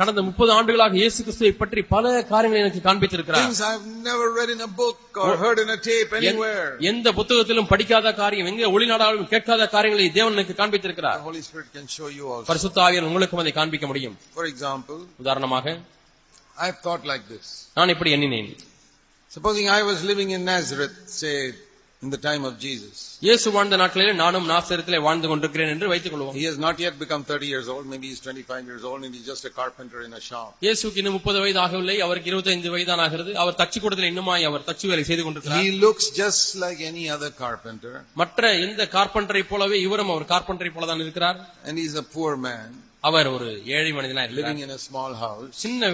கடந்த முப்பது ஆண்டுகளாக இயேசு கிறிஸ்துவை பற்றி பல காரியங்களை எனக்கு காண்பித்திருக்கிறார் Things I've never read in a book or heard in a tape எந்த- anywhere. எந்த புத்தகத்திலும் படிக்காத காரியம் எங்க ஒளிநாடாலும் கேட்காத காரியங்களை தேவன் எனக்கு The காண்பித்திருக்கிறார் Holy Spirit can show you also. பரிசுத்த ஆவியார் உங்களுக்கும் அதை காண்பிக்க முடியும் For example, உதாரணமாக I've thought like this. நான் இப்படி எண்ணினேன் Supposing I was living in Nazareth, say, in the time of Jesus. இயேசு வாழ்ந்த நாட்களிலே நானும் நாசரத்திலே வாழ்ந்து கொண்டிருக்கிறேன் என்று வைத்துக் கொள்வோம் He has not yet become 30 years old, maybe he's 25 years old, and he's just a carpenter in a shop. இயேசுக்கு இன்னும் முப்பது வயது ஆகவில்லை அவருக்கு இருபத்தைந்து வயதான ஆகிறது அவர் தச்சு கூடத்தில் இன்னுமாய் அவர் தச்சு வேலை செய்து கொண்டிருக்கிறார் He looks just like any other carpenter, மற்ற எந்த கார்பெண்டரை போலவே இவரும் அவர் கார்பெண்டரை போலதான் இருக்கிறார் and he's a poor man அவர் ஒரு ஏழை மனிதனா living இருக்கிறார் in a small house. சின்ன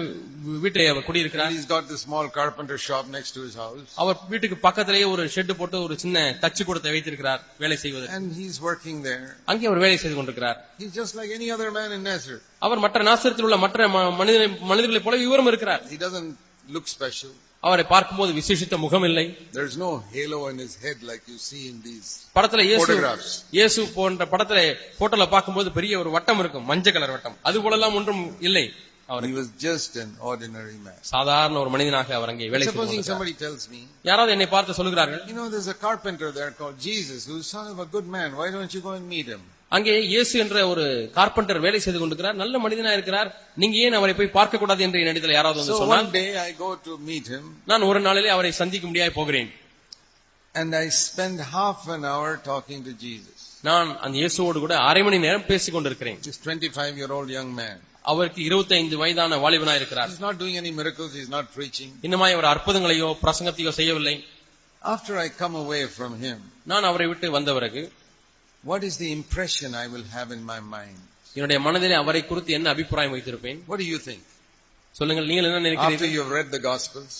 வீட்டை அவர் And குடியிருக்கிறார் he's got the small carpenter shop next to his house, அவர் வீட்டுக்கு பக்கத்திலேயே ஒரு ஷெட் போட்டு ஒரு சின்ன தச்சு கூடத்தை வைத்திருக்கிறார் வேலை செய்வதற்கு and he's working there. அங்கே அவர் வேலை செய்து கொண்டிருக்கிறார் He's just like any other man in Nazareth. அவர் மற்ற நாசரத்தில் உள்ள மற்ற ம- மனிதரை மனிதர்களைப் போல இவரும் இருக்கிறார் He doesn't look special. அவரை பார்க்கும்போது விசேஷித்த முகம் இல்லை There's no halo on his head like you see in these. படத்துல இயேசு Photographs. இயேசு போன்ற படத்துல போட்டோல பார்க்கும்போது பெரிய ஒரு வட்டம் இருக்கும் மஞ்சள் கலர் வட்டம் அது போலலாம் ஒன்றும் இல்லை அவர் He was just an ordinary man. சாதாரண ஒரு மனிதனாக அவர் அங்கே வேலை செய்து Supposing கொண்டிருக்கிறார். somebody tells me, யாராவது என்னை பார்த்து சொல்லுகிறார்கள் you know, there's a carpenter there called Jesus who's son of a good man. Why don't you go and meet him? அங்கே இயேசு என்ற ஒரு கார்பெண்டர் வேலை செய்து கொண்டிருக்கிறார் நல்ல மனிதனா இருக்கிறார் நீங்க ஏன் அவரை போய் பார்க்க கூடாது என்று என்னிடத்தில் யாராவது வந்து So சொன்னால் one day I go to meet him நான் ஒரு நாளிலே அவரை சந்திக்க முடியாது போகிறேன் and I spend half an hour talking to Jesus. நான் அந்த இயேசுவோடு கூட அரை மணி நேரம் பேசிக் கொண்டிருக்கிறேன் This 25 year old young man. அவருக்கு 25 வயதான வாலிபனா இருக்கிறார் He's not doing any miracles. He's not preaching. இன்னமாய் அவர் அற்புதங்களையோ பிரசங்கத்தையோ செய்யவில்லை After I come away from him, நான் அவரை விட்டு வந்த பிறகு what is the impression I will have in my mind? என்னுடைய மனதிலே அவரை குறித்து என்ன அபிப்பிராயம் வைத்திருப்பேன் What do you think? சொல்லுங்கள் நீங்கள் என்ன After நினைக்கிறீர்கள் you've read the Gospels,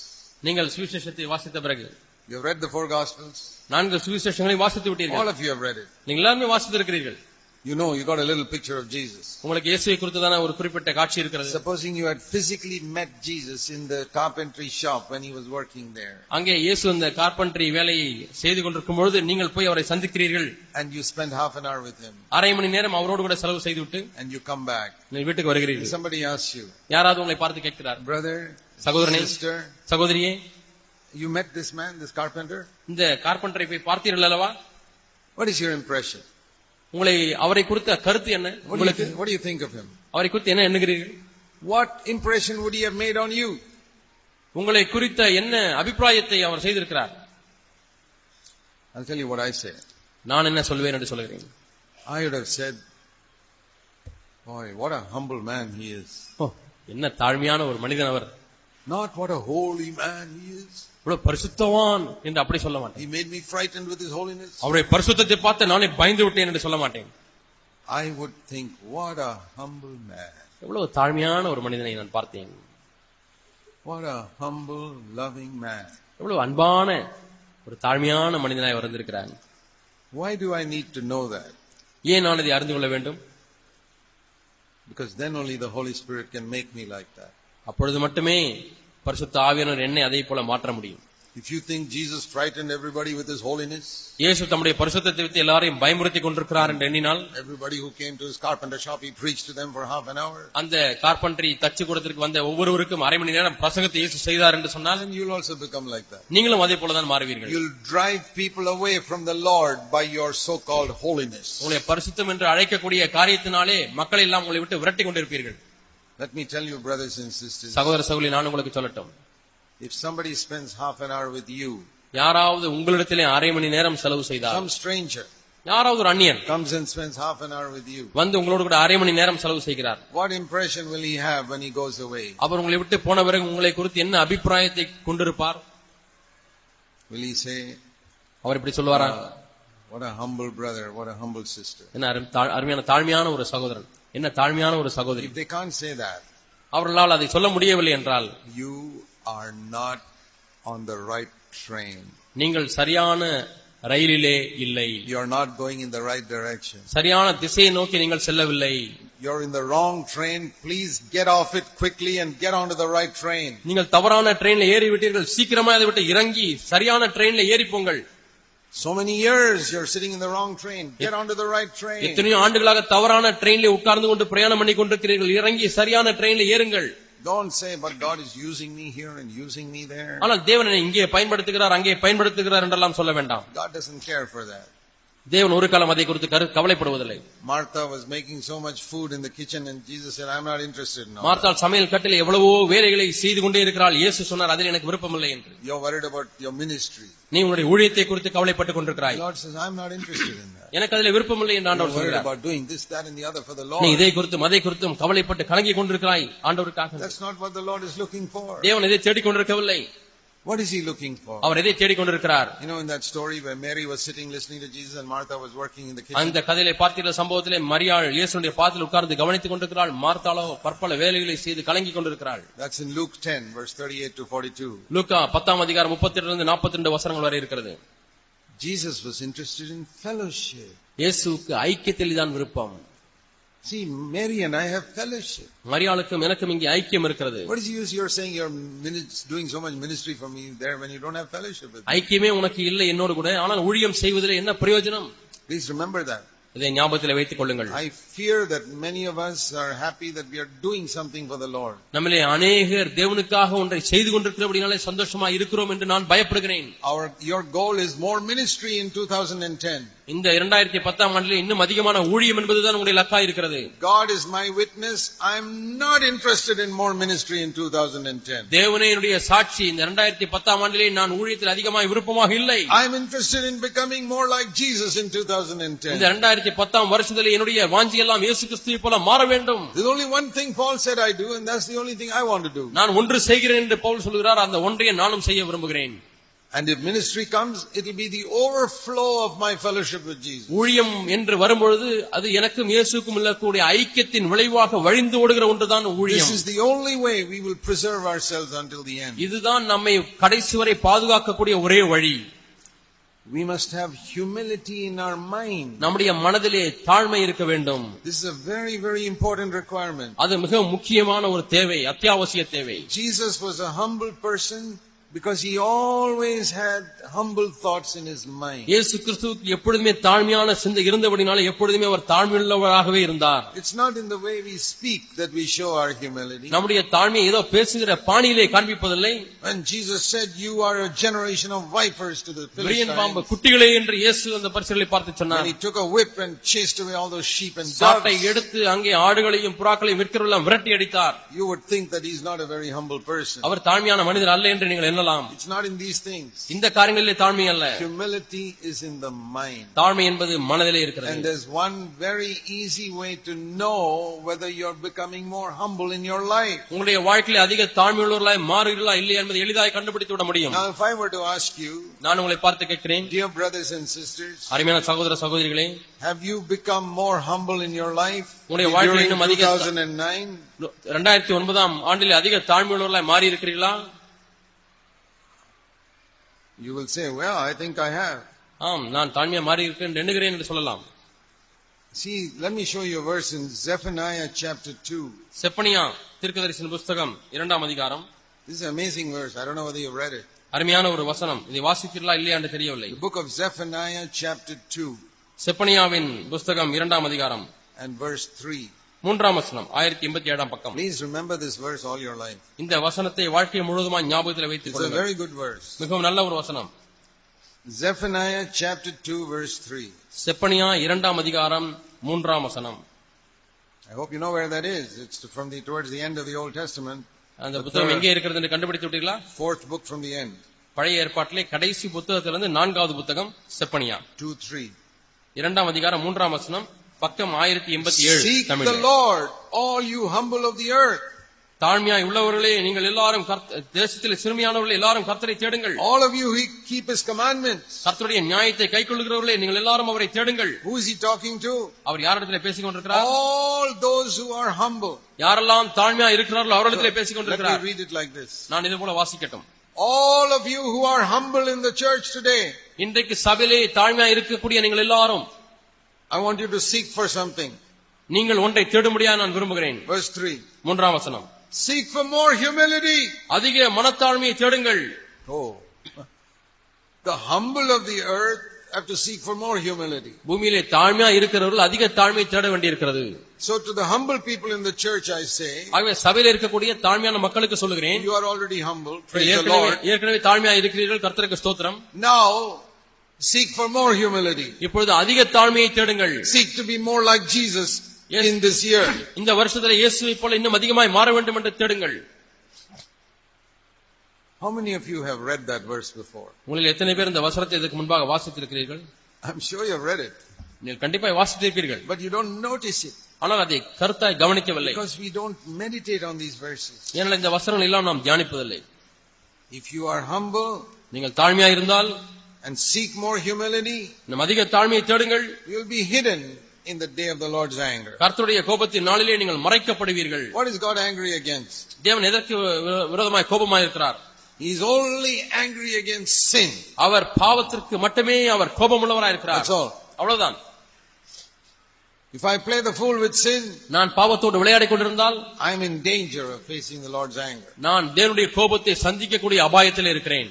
நீங்கள் சுவிசேஷத்தை வாசித்த பிறகு you've read the four Gospels, நான்கு சுவிசேஷங்களை வாசித்து all விட்டீர்கள் of you have read it. நீங்கள் எல்லாருமே வாசித்திருக்கிறீர்கள் You know, you got a little picture of Jesus. உங்களுக்கு இயேசுவை குறித்துதான ஒரு குறிப்பிட்ட காட்சி இருக்கிறது Supposing you had physically met Jesus in the carpentry shop when he was working there, அங்கே இயேசு இந்த கார்பெண்டரி வேலையை செய்து கொண்டிருக்கும் பொழுது நீங்கள் போய் அவரை சந்திக்கிறீர்கள் and you spend half an hour with him, அரை மணி நேரம் அவரோடு கூட செலவு செய்துவிட்டு and you come back, நீங்கள் வீட்டுக்கு and வருகிறீர்கள் somebody asks you, யாராவது உங்களை பார்த்து கேட்கிறார் brother, சகோதரனே sister, சகோதரியே you met this man, this carpenter? இந்த கார்பெண்டரை போய் பார்த்தீர்கள் அல்லவா What is your impression? உங்களை அவரை குறித்த கருத்து என்ன What do you, உங்களுக்கு thi- what do you think of him? அவரை குறித்து என்ன எண்ணுகிறீர்கள் What impression would he have made on you? உங்களை குறித்த என்ன அபிப்பிராயத்தை அவர் செய்திருக்கிறார் I'll tell you what I say. நான் என்ன சொல்வேன் என்று சொல்கிறேன் I would have said, boy, what a humble man he is. என்ன தாழ்மையான ஒரு மனிதன் அவர் Not what a holy man he is. இவ்வளவு பரிசுத்தவான் என்று அப்படி சொல்ல மாட்டேன் He made me frightened with his holiness. அவருடைய பரிசுத்தத்தை பார்த்து நானே பயந்து விட்டேன் என்று சொல்ல மாட்டேன் I would think, what a humble man. எவ்வளவு தாழ்மையான ஒரு மனிதனை நான் பார்த்தேன் What a humble, loving man. எவ்வளவு அன்பான ஒரு தாழ்மையான மனிதனாய் வந்திருக்கிறார் Why do I need to know that? ஏன் நான் இதை அறிந்து கொள்ள வேண்டும் Because then only the Holy Spirit can make me like that. அப்பொழுது மட்டுமே பரிசுத்த ஆவியானவர் என்னை அதே போல மாற்ற முடியும் If you think Jesus frightened everybody with his holiness, இயேசு தம்முடைய பரிசுத்தத்தை வைத்து எல்லாரையும் பயமுறுத்தி கொண்டிருக்கிறார் என்று எண்ணினால் everybody who came to his carpenter shop, he preached to them for half an hour. அந்த கார்பன்ட்ரி தச்சு கூடத்திற்கு வந்த ஒவ்வொருவருக்கும் அரை மணி நேரம் பிரசங்கத்தை இயேசு செய்தார் என்று சொன்னால் And you'll also become like that. நீங்களும் அதே போலதான் மாறுவீர்கள் You'll drive people away from the Lord by your so-called holiness. உங்களுடைய பரிசுத்தம் என்று அழைக்கக்கூடிய காரியத்தினாலே மக்களை எல்லாம் உங்களை விட்டு விரட்டி கொண்டிருப்பீர்கள் Let me tell you, brothers and sisters, சகோதர சகோதரி நான் உங்களுக்கு சொல்லட்டும் if somebody spends half an hour with you, யாராவது உங்களிடத்திலே அரை மணி நேரம் செலவு செய்தால் some stranger யாராவது ஒரு அந்நியன் comes and spends half an hour with you, வந்து உங்களோடு கூட அரை மணி நேரம் செலவு செய்கிறார் what impression will he have when he goes away? அவர் உங்களை விட்டு போன பிறகு உங்களை குறித்து என்ன அபிப்பிராயத்தை கொண்டிருப்பார் Will he say, அவர் இப்படி சொல்வாரா "Ah, what a humble brother, what a humble sister? என்ன அரும்- தா- அருமையான தாழ்மையான ஒரு சகோதரன் என்ன தாழ்மையான ஒரு சகோதரி If they can't say that, அவர்களால் அதை சொல்ல முடியவில்லை என்றால் you are not on the right train. நீங்கள் சரியான ரயிலிலே இல்லை You're not going in the right direction. சரியான திசையை நோக்கி நீங்கள் செல்லவில்லை You're in the wrong train. Please get off it quickly and get onto the right train. நீங்கள் தவறான ட்ரெயின்ல ஏறி விட்டீர்கள் சீக்கிரமா அதை விட்டு இறங்கி சரியான ட்ரெயின்ல ஏறி போங்கள் So many years you're sitting in the wrong train. Get onto the right train. எத்தனையோ ஆண்டுகளாக தவறான ட்ரெயின்ல உட்கார்ந்து கொண்டு பிரயாணம் பண்ணி கொண்டிருக்கிறீர்கள் இறங்கி சரியான ட்ரெயின்ல ஏறுங்கள் Don't say, but God is using me here and using me there. ஆனால் தேவன் என்னை இங்கே பயன்படுத்துகிறார் அங்கே பயன்படுத்துகிறார் என்றெல்லாம் சொல்ல வேண்டாம் God doesn't care for that. தேவன் ஒரு காலம் அதை குறித்து கரு- கவலைப்படுவதில்லை Martha was making so much food in the kitchen and Jesus said, I'm not interested in all that. மார்த்தாள் சமையல் கட்டில் எவ்வளவோ வேலைகளை செய்து கொண்டே இருக்கிறாள் இயேசு சொன்னார் அதில் எனக்கு விருப்பமில்லை என்று You're worried about your ministry. நீ உன்னுடைய ஊழியத்தை குறித்து கவலைப்பட்டுக் கொண்டிருக்கிறாய் God says, I'm not interested in that. எனக்கு அதில் விருப்பமில்லை என்று You're ஆண்டவர் worried சொல்கிறார் about doing this, that and the other for the நீ Lord. இதை குறித்தும் அதை குறித்தும் கவலைப்பட்டு கலங்கி கொண்டிருக்கிறாய் ஆண்டவருக்காக That's not what the Lord is looking for. தேவன் இதை தேடிக் கொண்டிருக்கவில்லை What is he looking for? அவர் எதை தேடிக் கொண்டிருக்கிறார் You know, in that story where Mary was sitting listening to Jesus and Martha was working in the kitchen. அந்த கதையிலே பார்த்திருக்கிற சம்பவத்திலே மரியாள் இயேசுடைய பாதத்தில் உட்கார்ந்து கவனித்துக் கொண்டிருக்கிறாள் மார்த்தாளோ பற்பல வேலைகளை செய்து கலங்கி கொண்டிருக்கிறாள் That's in Luke 10, verse 38 to 42. லூக்கா பத்தாம் அதிகாரம் முப்பத்தி இருந்து நாற்பத்தி ரெண்டு வசனங்கள் வரை இருக்கிறது Jesus was interested in fellowship. இயேசுவுக்கு ஐக்கியத்தில் தான் விருப்பம் See, Mary and I have fellowship. மரியாளுக்கும் எனக்கும் இங்கே ஐக்கியம் இருக்கிறது What is the use you're saying you're minis- doing so much ministry for me there when you don't have fellowship with me? ஐக்கியமே உனக்கு இல்லை என்னோடு கூட ஆனால் ஊழியம் செய்வதில் என்ன பிரயோஜனம் Please remember that. இதை ஞாபகத்தில் வைத்துக் கொள்ளுங்கள் I fear that many of us are happy that we are doing something for the Lord. நம்மிலே அநேகர் தேவனுக்காக ஒன்றை செய்து கொண்டிருக்கிறபடினாலே சந்தோஷமா இருக்கிறோம் என்று நான் பயப்படுகிறேன் Our, your goal is more ministry in 2010. இந்த இரண்டாயிரத்தி பத்தாம் ஆண்டில் இன்னும் அதிகமான ஊழியம் என்பதுதான் உங்களுடைய லக்கா இருக்கிறது God is my witness. I'm not interested in more ministry in 2010. தேவனே என்னுடைய சாட்சி இந்த இரண்டாயிரத்தி பத்தாம் ஆண்டிலே நான் ஊழியத்தில் அதிகமாக விருப்பமாக இல்லை I'm interested in becoming more like Jesus in இந்த 2010. இரண்டாயிரத்தி பத்தாம் வருஷத்திலே என்னுடைய வாஞ்சி எல்லாம் இயேசு கிறிஸ்துவை போல மாற வேண்டும் There's only one thing Paul said I do, and that's the only thing I want to do. நான் ஒன்று செய்கிறேன் என்று பவுல் சொல்கிறார் அந்த ஒன்றையே நானும் செய்ய விரும்புகிறேன் And if ministry comes, it'll be the overflow of my fellowship with Jesus. ஊழியம் என்று வரும்பொழுது அது எனக்கும் இயேசுக்கும் இருக்கக்கூடிய ஐக்கியத்தின் விளைவாக வழிந்து ஓடுகிற ஒன்றுதான் This ஊழியம் is the only way we will preserve ourselves until the end. இதுதான் நம்மை கடைசி வரை பாதுகாக்கக்கூடிய ஒரே வழி We must have humility in our mind. நம்முடைய மனதிலே தாழ்மை இருக்க வேண்டும் This is a very, very important requirement. அது மிக முக்கியமான ஒரு தேவை அத்தியாவசிய தேவை Jesus was a humble person because he always had humble thoughts in his mind. இயேசு கிறிஸ்துவுக்கு எப்பொழுதுமே தாழ்மையான சிந்தை இருந்தபடினால எப்பொழுதுமே அவர் தாழ்மையுள்ளவராகவே இருந்தார் It's not in the way we speak that we show our humility. நம்முடைய தாழ்மையை ஏதோ பேசுகிற பாணியிலே காண்பிப்பதில்லை When Jesus said, "You are a generation of vipers to the விரியன் பாம்பு Philistines," குட்டிகளே என்று இயேசு அந்த பரிசுகளை பார்த்து and சொன்னார் he took a whip and chased away all those sheep and சாட்டை doves, எடுத்து அங்கே ஆடுகளையும் புறாக்களையும் விற்கிறவெல்லாம் விரட்டி அடித்தார் you would think that he's not a very humble person. அவர் தாழ்மையான மனிதர் அல்ல என்று நீங்கள் எண்ணலாம் It's not in these things. இந்த காரியங்களிலே தாழ்மை அல்ல Humility is in the mind. தாழ்மை என்பது மனதிலே And இருக்கிறது there's one very easy way to know whether you're becoming more humble in your life. உங்களுடைய வாழ்க்கையில அதிக தாழ்மையுள்ளவர்களாய் மாறுகிறீர்களா இல்லையா என்பதை எளிதாக கண்டுபிடித்து விட முடியும் Now, if I were to ask you, நான் உங்களை பார்த்து கேட்கிறேன் dear brothers and sisters, அருமையான சகோதர சகோதரிகளே have you become more humble in your life உங்களுடைய வாழ்க்கையில் during இன்னும் அதிக- 2009? இரண்டாயிரத்தி ஒன்பதாம் ஆண்டில் அதிக தாழ்மையுள்ளவர்களாய் மாறி இருக்கிறீர்களா You will say, well, I think I have. ஆம் நான் தாழ்மையா மாறி இருக்கேன் எண்ணுகிறேன் என்று சொல்லலாம் See, let me show you a verse in Zephaniah chapter 2. Zephaniah தீர்க்கதரிசன புஸ்தகம் இரண்டாம் அதிகாரம் This is an amazing verse. I don't know whether you've read it. அருமையான ஒரு வசனம் இதை வாசிக்கிறீர்களா இல்லையா என்று தெரியவில்லை The book of Zephaniah chapter 2 செப்பனியாவின் புஸ்தகம் இரண்டாம் அதிகாரம் and verse 3. மூன்றாம் வசனம் ஆயிரத்தி எண்பத்தி ஏழாம் பக்கம் Please remember this verse all your life. இந்த வசனத்தை வாழ்க்கை முழுவதுமாய் ஞாபகத்தில் வைத்துக் It's a கொள்ளுங்கள் very good verse. மிகவும் நல்ல ஒரு வசனம் Zephaniah chapter 2 verse 3. செப்பனியா இரண்டாம் அதிகாரம் மூன்றாம் வசனம் I hope you know where that is. It's from the, towards the end of the Old Testament, அந்த புத்தகம் எங்கே இருக்கிறது என்று கண்டுபிடித்து விட்டீர்களா fourth book from the end. பழைய ஏற்பாட்டிலே கடைசி புத்தகத்திலிருந்து நான்காவது புத்தகம் செப்பனியா 2, 3. இரண்டாம் அதிகாரம் மூன்றாம் வசனம் பக்கம் ஆயிரத்தி எண்பத்தி ஏழு Seek Tamil the Lord, all you humble of the earth. தாழ்மையாய் உள்ளவர்களே நீங்கள் எல்லாரும் கர்த்த- தேசத்தில் சிறுமியானவர்களே எல்லாரும் கர்த்தரை தேடுங்கள் All of you who keep his commandments. கர்த்தருடைய நியாயத்தை கைக்கொள்ளுகிறவர்களே நீங்கள் எல்லாரும் அவரை தேடுங்கள் Who is he talking to? அவர் யாரிடத்திலே பேசிக் கொண்டிருக்கிறார் Oh. All those who are humble. யாரெல்லாம் தாழ்மையா இருக்கிறார்களோ அவரிடத்திலே பேசிக் Let கொண்டிருக்கிறார் me read it like this. நான் இது போல வாசிக்கட்டும் All of you who are humble in the church today, இன்றைக்கு சபையிலே தாழ்மையா இருக்கக்கூடிய நீங்கள் எல்லாரும் I want you to seek for something. நீங்கள் ஒன்றை தேடும்படியா நான் விரும்புகிறேன் Verse 3. மூன்றாம் வசனம் Seek for more humility. அதிக மனத்தாழ்மையை தேடுங்கள் Oh. The humble of the earth have to seek for more humility. பூமியிலே தாழ்மையா இருக்கிறவர்கள் அதிக தாழ்மையை தேட வேண்டியிருக்கிறது So to the humble people in the church, I say, ஆகவே சபையில இருக்கக்கூடிய தாழ்மையான மக்களுக்கு சொல்லுகிறேன் you are already humble. Praise the ஏற்கனவே Lord. ஏற்கனவே தாழ்மையா இருக்கிறீர்கள் கர்த்தருக்கு ஸ்தோத்திரம் Now, seek for more humility. இப்பொழுது அதிக தாழ்மையை தேடுங்கள் Seek to be more like Jesus Yes. in this year. இந்த வருஷத்துல இயேசுவை போல இன்னும் அதிகமாய் மாற வேண்டும் என்று தேடுங்கள் How many of you have read that verse before? உங்களில் எத்தனை பேர் இந்த வசனத்தை இதற்கு முன்பாக வாசித்திருக்கிறீர்கள் I'm sure you've read it, நீங்கள் கண்டிப்பாய் வாசித்திருப்பீர்கள் but you don't notice it ஆனால் அதை கருத்தாய் கவனிக்கவில்லை because we don't meditate on these verses. ஏனால் இந்த வசனங்கள் எல்லாம் நாம் தியானிப்பதில்லை If you are humble நீங்கள் தாழ்மையா இருந்தால் and seek more humility, நம் அதிக தாழ்மையை தேடுங்கள் you'll be hidden in the day of the Lord's anger. கர்த்தருடைய கோபத்தின் நாளிலே நீங்கள் மறைக்கப்படுவீர்கள் What is God angry against? தேவன் எதற்கு விரோ- விரோதமாய் கோபமாய் இருக்கிறார் He's only angry against sin. அவர் பாவத்திற்கு மட்டுமே அவர் கோபமுள்ளவராய் இருக்கிறார் That's all. அவ்வளவுதான் If I play the fool with sin, நான் பாவத்தோடு விளையாடிக் கொண்டிருந்தால் I'm in danger of facing the Lord's anger. நான் தேவனுடைய கோபத்தை சந்திக்கக்கூடிய அபாயத்தில் இருக்கிறேன்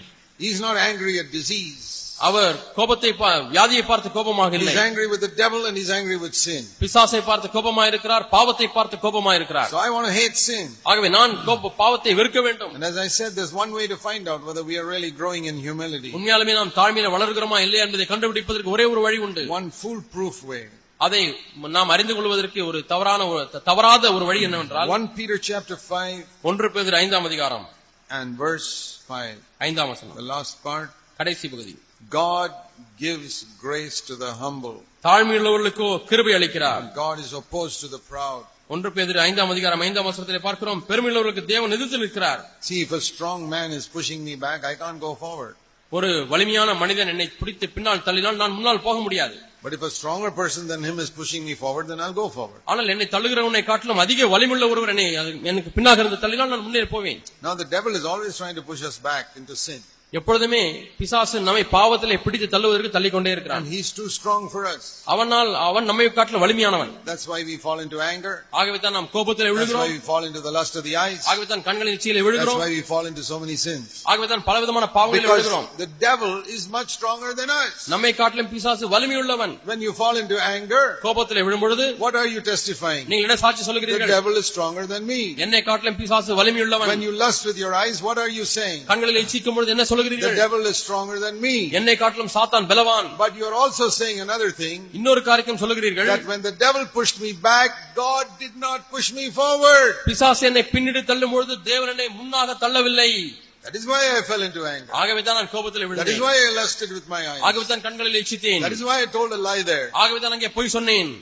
He's not angry at disease. அவர் கோபத்தை பா- வியாதியை பார்த்து கோபமாக இல்லை He's angry with the devil and he's angry with sin. பிசாசை பார்த்து கோபமாய் இருக்கிறார் பாவத்தை பார்த்து கோபமாய் இருக்கிறார் So I want to hate sin. ஆகவே நான் கோப- பாவத்தை வெறுக்க வேண்டும் And as I said, there's one way to find out whether we are really growing in humility. உண்மையாலுமே நாம் தாழ்மையில வளர்கிறோமா இல்லையா என்பதை கண்டுபிடிப்பதற்கு ஒரே ஒரு வழி உண்டு One foolproof way. அதை நாம் அறிந்து கொள்வதற்கு ஒரு தவறான ஒரு- த- தவறாத ஒரு வழி என்னவென்றால் 1 Peter chapter 5 ஒன்று பேர் ஐந்தாம் அதிகாரம் and verse 5. ஐந்தாம் வசனம் The last part. கடைசி பகுதி God gives grace to the humble. தாழ்மையுள்ளவர்களுக்கோ கிருபை அளிக்கிறார் And God is opposed to the proud. ஒன்று பேர் ஐந்தாம் அதிகாரம் ஐந்தாம் வசனத்திலே பார்க்கிறோம் பெருமையுள்ளவர்களுக்கு தேவன் எதிர்த்து இருக்கிறார் See, if a strong man is pushing me back, I can't go forward. ஒரு வலிமையான மனிதன் என்னை பிடித்து பின்னால் தள்ளினால் நான் முன்னால் போக முடியாது But if a stronger person than him is pushing me forward, then I'll go forward. ஆனால் என்னை தள்ளுகிறவனை காட்டிலும் அதிக வலிமுள்ள ஒருவர் என்னை அது- எனக்கு பின்னாக இருந்து தள்ளினால் நான் முன்னேறி போவேன் Now the devil is always trying to push us back into sin. எப்பொழுதுமே பிசாசு நம்மை பாவத்திலே பிடித்து தள்ளுவதற்கு தள்ளிக்கொண்டே And இருக்கிறான் he's too strong for us. அவனால் அவன் நம்மை காட்டிலும் வலிமையானவன் That's why we fall into anger. ஆகவே தான் நாம் கோபத்திலே That's why விழுகிறோம் we fall into the lust of the eyes. ஆகவே தான் கண்களின் சீலை That's விழுகிறோம் why we fall into so many sins. ஆகவே தான் பலவிதமான பாவங்களில் Because விழுகிறோம் the devil is much stronger than us. நம்மை காட்டிலும் பிசாசு வலிமையுள்ளவன் When you fall into anger, கோபத்திலே விழும்பொழுது what are you testifying? நீங்கள் என்ன சாட்சி The சொல்லுகிறீர்கள் devil is stronger than me. என்னை காட்டிலும் பிசாசு When வலிமையுள்ளவன் you lust with your eyes, what are you saying? கண்களில் இச்சிக்கும் பொழுது என்ன The சொல்லுகிறீர்கள் devil is stronger than me. என்னை காட்டிலும் சாத்தான் பலவான் But you're also saying another thing. இன்னொரு காரியம் சொல்லுகிறீர்கள் That when the devil pushed me back, God did not push me forward. பிசாசு என்னை பின்னிட்டு தள்ளும் பொழுது தேவன் என்னை முன்னாக தள்ளவில்லை That is why I fell into anger. ஆகவே தான் நான் கோபத்தில் That is விழுந்தேன் why I lusted with my eyes. ஆகவே தான் கண்களில் இச்சித்தேன் That is why I told a lie there. ஆகவே தான் அங்கே பொய் சொன்னேன்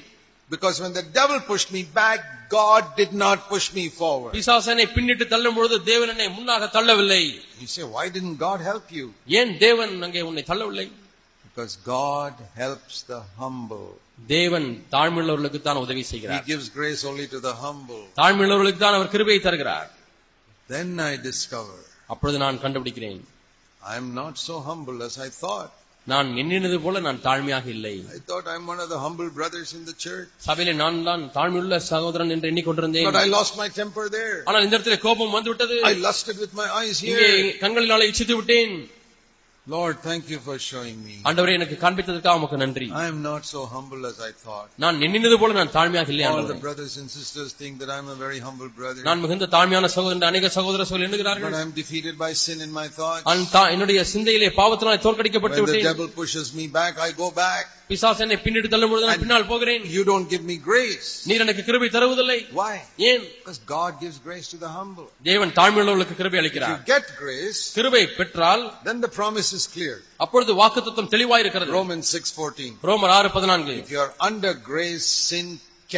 Because when the devil pushed me back, God did not push me forward. பிசாசு என்னை பின்னிட்டு தள்ளும் பொழுது தேவன் என்னை முன்னாக தள்ளவில்லை You say, why didn't God help you? ஏன் தேவன் அங்கே உன்னை தள்ளவில்லை Because God helps the humble. தேவன் தாழ்மையுள்ளவர்களுக்கு தான் உதவி He செய்கிறார் gives grace only to the humble. தாழ்மையுள்ளவர்களுக்கு தான் அவர் கிருபையை தருகிறார் Then I discover அப்பொழுது நான் கண்டுபிடிக்கிறேன் I'm not so humble as I thought. நான் எண்ணினது போல நான் தாழ்மையாக இல்லை I thought I'm one of the humble brothers in the church. சபையிலே நான் தான் தாழ்மையுள்ள சகோதரன் என்று But எண்ணிக்கொண்டிருந்தேன் I lost my temper there. ஆனால் இந்த இடத்துல கோபம் வந்துவிட்டது I lusted with my eyes இங்கே here. கண்களினாலே இச்சித்து விட்டேன் Lord, thank you for showing me. ஆண்டவரே எனக்கு காண்பித்ததற்காக உமக்கு நன்றி I am not so humble as I thought. நான் எண்ணினது போல நான் தாழ்மையாக இல்லை All the ஆண்டவரே brothers and sisters think that I'm a very humble brother, நான் மிகுந்த தாழ்மையான சகோதரன் அநேக சகோதர சகோதரி but எண்ணுகிறார்கள் I'm defeated by sin in my thoughts. நான் தா- என்னுடைய சிந்தையிலே பாவத்தினால் When தோற்கடிக்கப்பட்டு the விட்டேன் devil pushes me back, I go back. பிசாசு என்னை பின்னிட்டு தள்ளும்பொழுது நான் பின்னால் போகிறேன் You don't give me grace. நீர் எனக்கு கிருபை தருவதில்லை Why? ஏன் Because God gives grace to the humble. தேவன் தாழ்மையுள்ளவர்களுக்கு கிருபை If you அளிக்கிறார் get grace, கிருபை பெற்றால் then the promise is clear. அப்பொழுது வாக்குத்தத்தம் தெளிவாயிருக்கிறது Romans 6:14. ரோமர் ஆறு பதினான்கு If you are under grace, sin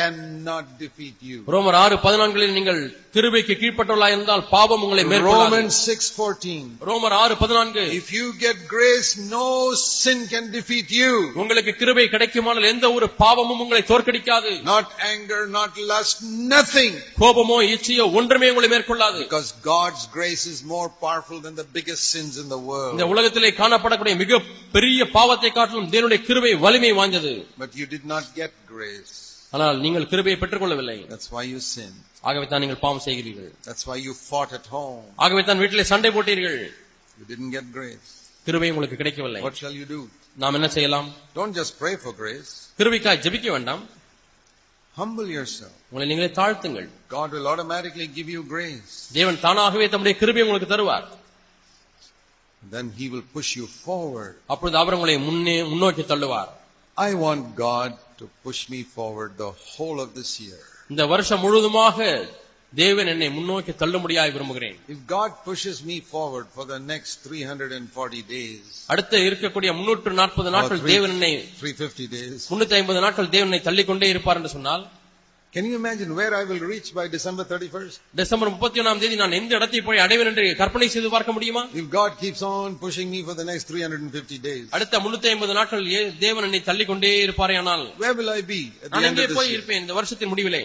cannot defeat you. ரோமர் ஆறு பதினான்கில் நீங்கள் கிருபைக்கு கீழ்ப்பட்டவர்களாக இருந்தால் பாவம் உங்களை மேற்கொள்ளாது Romans 6:14. ரோமர் ஆறு பதினான்கு If you get grace, no sin can defeat you. உங்களுக்கு கிருபை கிடைக்குமானால் எந்த ஒரு பாவமும் உங்களை தோற்கடிக்காது Not anger, not lust, nothing. கோபமோ இச்சையோ ஒன்றுமே உங்களை மேற்கொள்ளாது Because God's grace is more powerful than the biggest sins in இந்த the world. உலகத்திலே காணப்படக்கூடிய மிக பெரிய பாவத்தை காட்டிலும் தேவனுடைய கிருபை வலிமை வாய்ந்தது But you did not get grace. ஆனால் நீங்கள் கிருபையை பெற்றுக்கொள்ளவில்லை That's why you sinned. ஆகவே தான் நீங்கள் பாவம் செய்கிறீர்கள் That's why you fought at home. ஆகவே தான் வீட்டிலே சண்டை போட்டீர்கள் You didn't get grace. கிருபை உங்களுக்கு கிடைக்கவில்லை What shall you do? நாம் என்ன செய்யலாம் Don't just pray for grace. கிருபைக்காய் ஜெபிக்க வேண்டாம் Humble yourself. உங்களை நீங்களே தாழ்த்துங்கள் God will automatically give you grace. தேவன் தானாகவே தம்முடைய கிருபையை உங்களுக்கு தருவார் Then He will push you forward. அப்பொழுது அவர் உங்களை முன்னே முன்னோக்கி தள்ளுவார் I want God to push me forward the whole of this year. இந்த வருஷம் முழுவதுமாக தேவன் என்னை முன்னோக்கி தள்ளும்படியாய் விரும்புகிறேன் If God pushes me forward for the next 340 days, அடுத்து இருக்கக்கூடிய முன்னூற்று நாற்பது or நாட்கள் three- தேவன் என்னை 350 days, முன்னூத்தி ஐம்பது நாட்கள் தேவனை தள்ளிக்கொண்டே இருப்பார் என்று சொன்னால் can you imagine where I will reach by December 31st? December முப்பத்தி ஒண்ணாம் தேதி நான் எந்த இடத்தை போய் அடைவேன் என்று கற்பனை செய்து பார்க்க முடியுமா If God keeps on pushing me for the next 350 days, அடுத்த முன்னூத்தி ஐம்பது நாட்கள் ஏ- தேவன் என்னை தள்ளிக்கொண்டே இருப்பாரே ஆனால் where will I be at the நான் end எங்கே of this போய் year? இருப்பேன் இந்த வருஷத்தின் முடிவிலே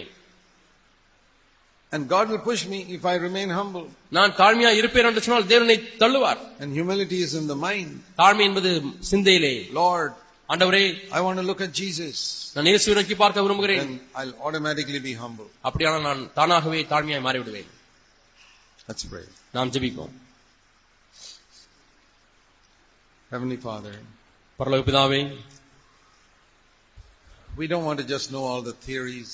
And God will push me if I remain humble. நான் தாழ்மையா இருப்பேன் என்று சொன்னால் தேவனை தள்ளுவார் And humility is in the mind. தாழ்மை என்பது சிந்தையிலே Lord, ஆண்டவரே I want to look at Jesus. நான் இயேசுவை நோக்கி பார்க்க விரும்புகிறேன் Then I'll automatically be humble. அப்படியானால் நான் தானாகவே தாழ்மையாய் மாறிவிடுவேன் Let's pray. நாம் ஜெபிப்போம் Heavenly Father, பரலோக பிதாவே we don't want to just know all the theories.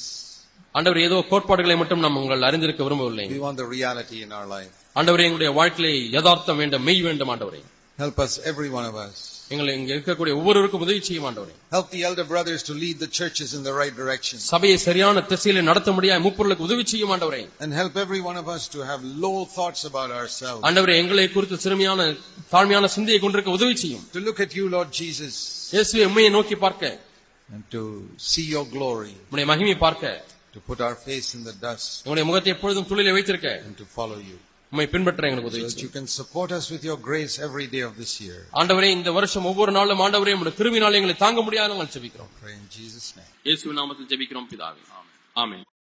ஆண்டவர் ஏதோ கோட்பாடுகளை மட்டும் நாம் உங்கள் அறிந்திருக்க விரும்பவில்லை We want the reality in our life. ஆண்டவரே எங்களுடைய வாழ்க்கையிலே யதார்த்தம் வேண்டும் மெய் வேண்டும் ஆண்டவரே Help us, every one of us. எங்களை இங்க இருக்கக்கூடிய ஒவ்வொருவருக்கும் உதவி செய்யும் ஆண்டவரே Help the elder brothers to lead the churches in the right direction. சபையை சரியான திசையிலே நடத்த முடியாத மூப்பொருளுக்கு உதவி செய்யும் ஆண்டவரே And help every one of us to have low thoughts about ourselves. ஆண்டவரே எங்களை குறித்து சிறுமையான தாழ்மையான சிந்தையை கொண்டிருக்க உதவி செய்யும் To look at you, Lord Jesus, இயேசுவை உண்மையை நோக்கி பார்க்க and to see your glory, உங்களுடைய மகிமையை பார்க்க to put our face in the dust, உங்களுடைய முகத்தை எப்பொழுதும் துளியிலே வைத்திருக்க and to follow you. உண்மை பின்பற்ற எங்களுக்கு So உதவி that you செய்யும் can support us with your grace every day of this year. ஆண்டவரே இந்த வருஷம் ஒவ்வொரு நாளும் ஆண்டவரே உங்களுடைய கிருமினாலே எங்களை தாங்க முடியாத நாங்கள் ஜெபிக்கிறோம் Pray in Jesus' name. இயேசுவின் நாமத்தில் ஜெபிக்கிறோம் பிதாவே ஆமென்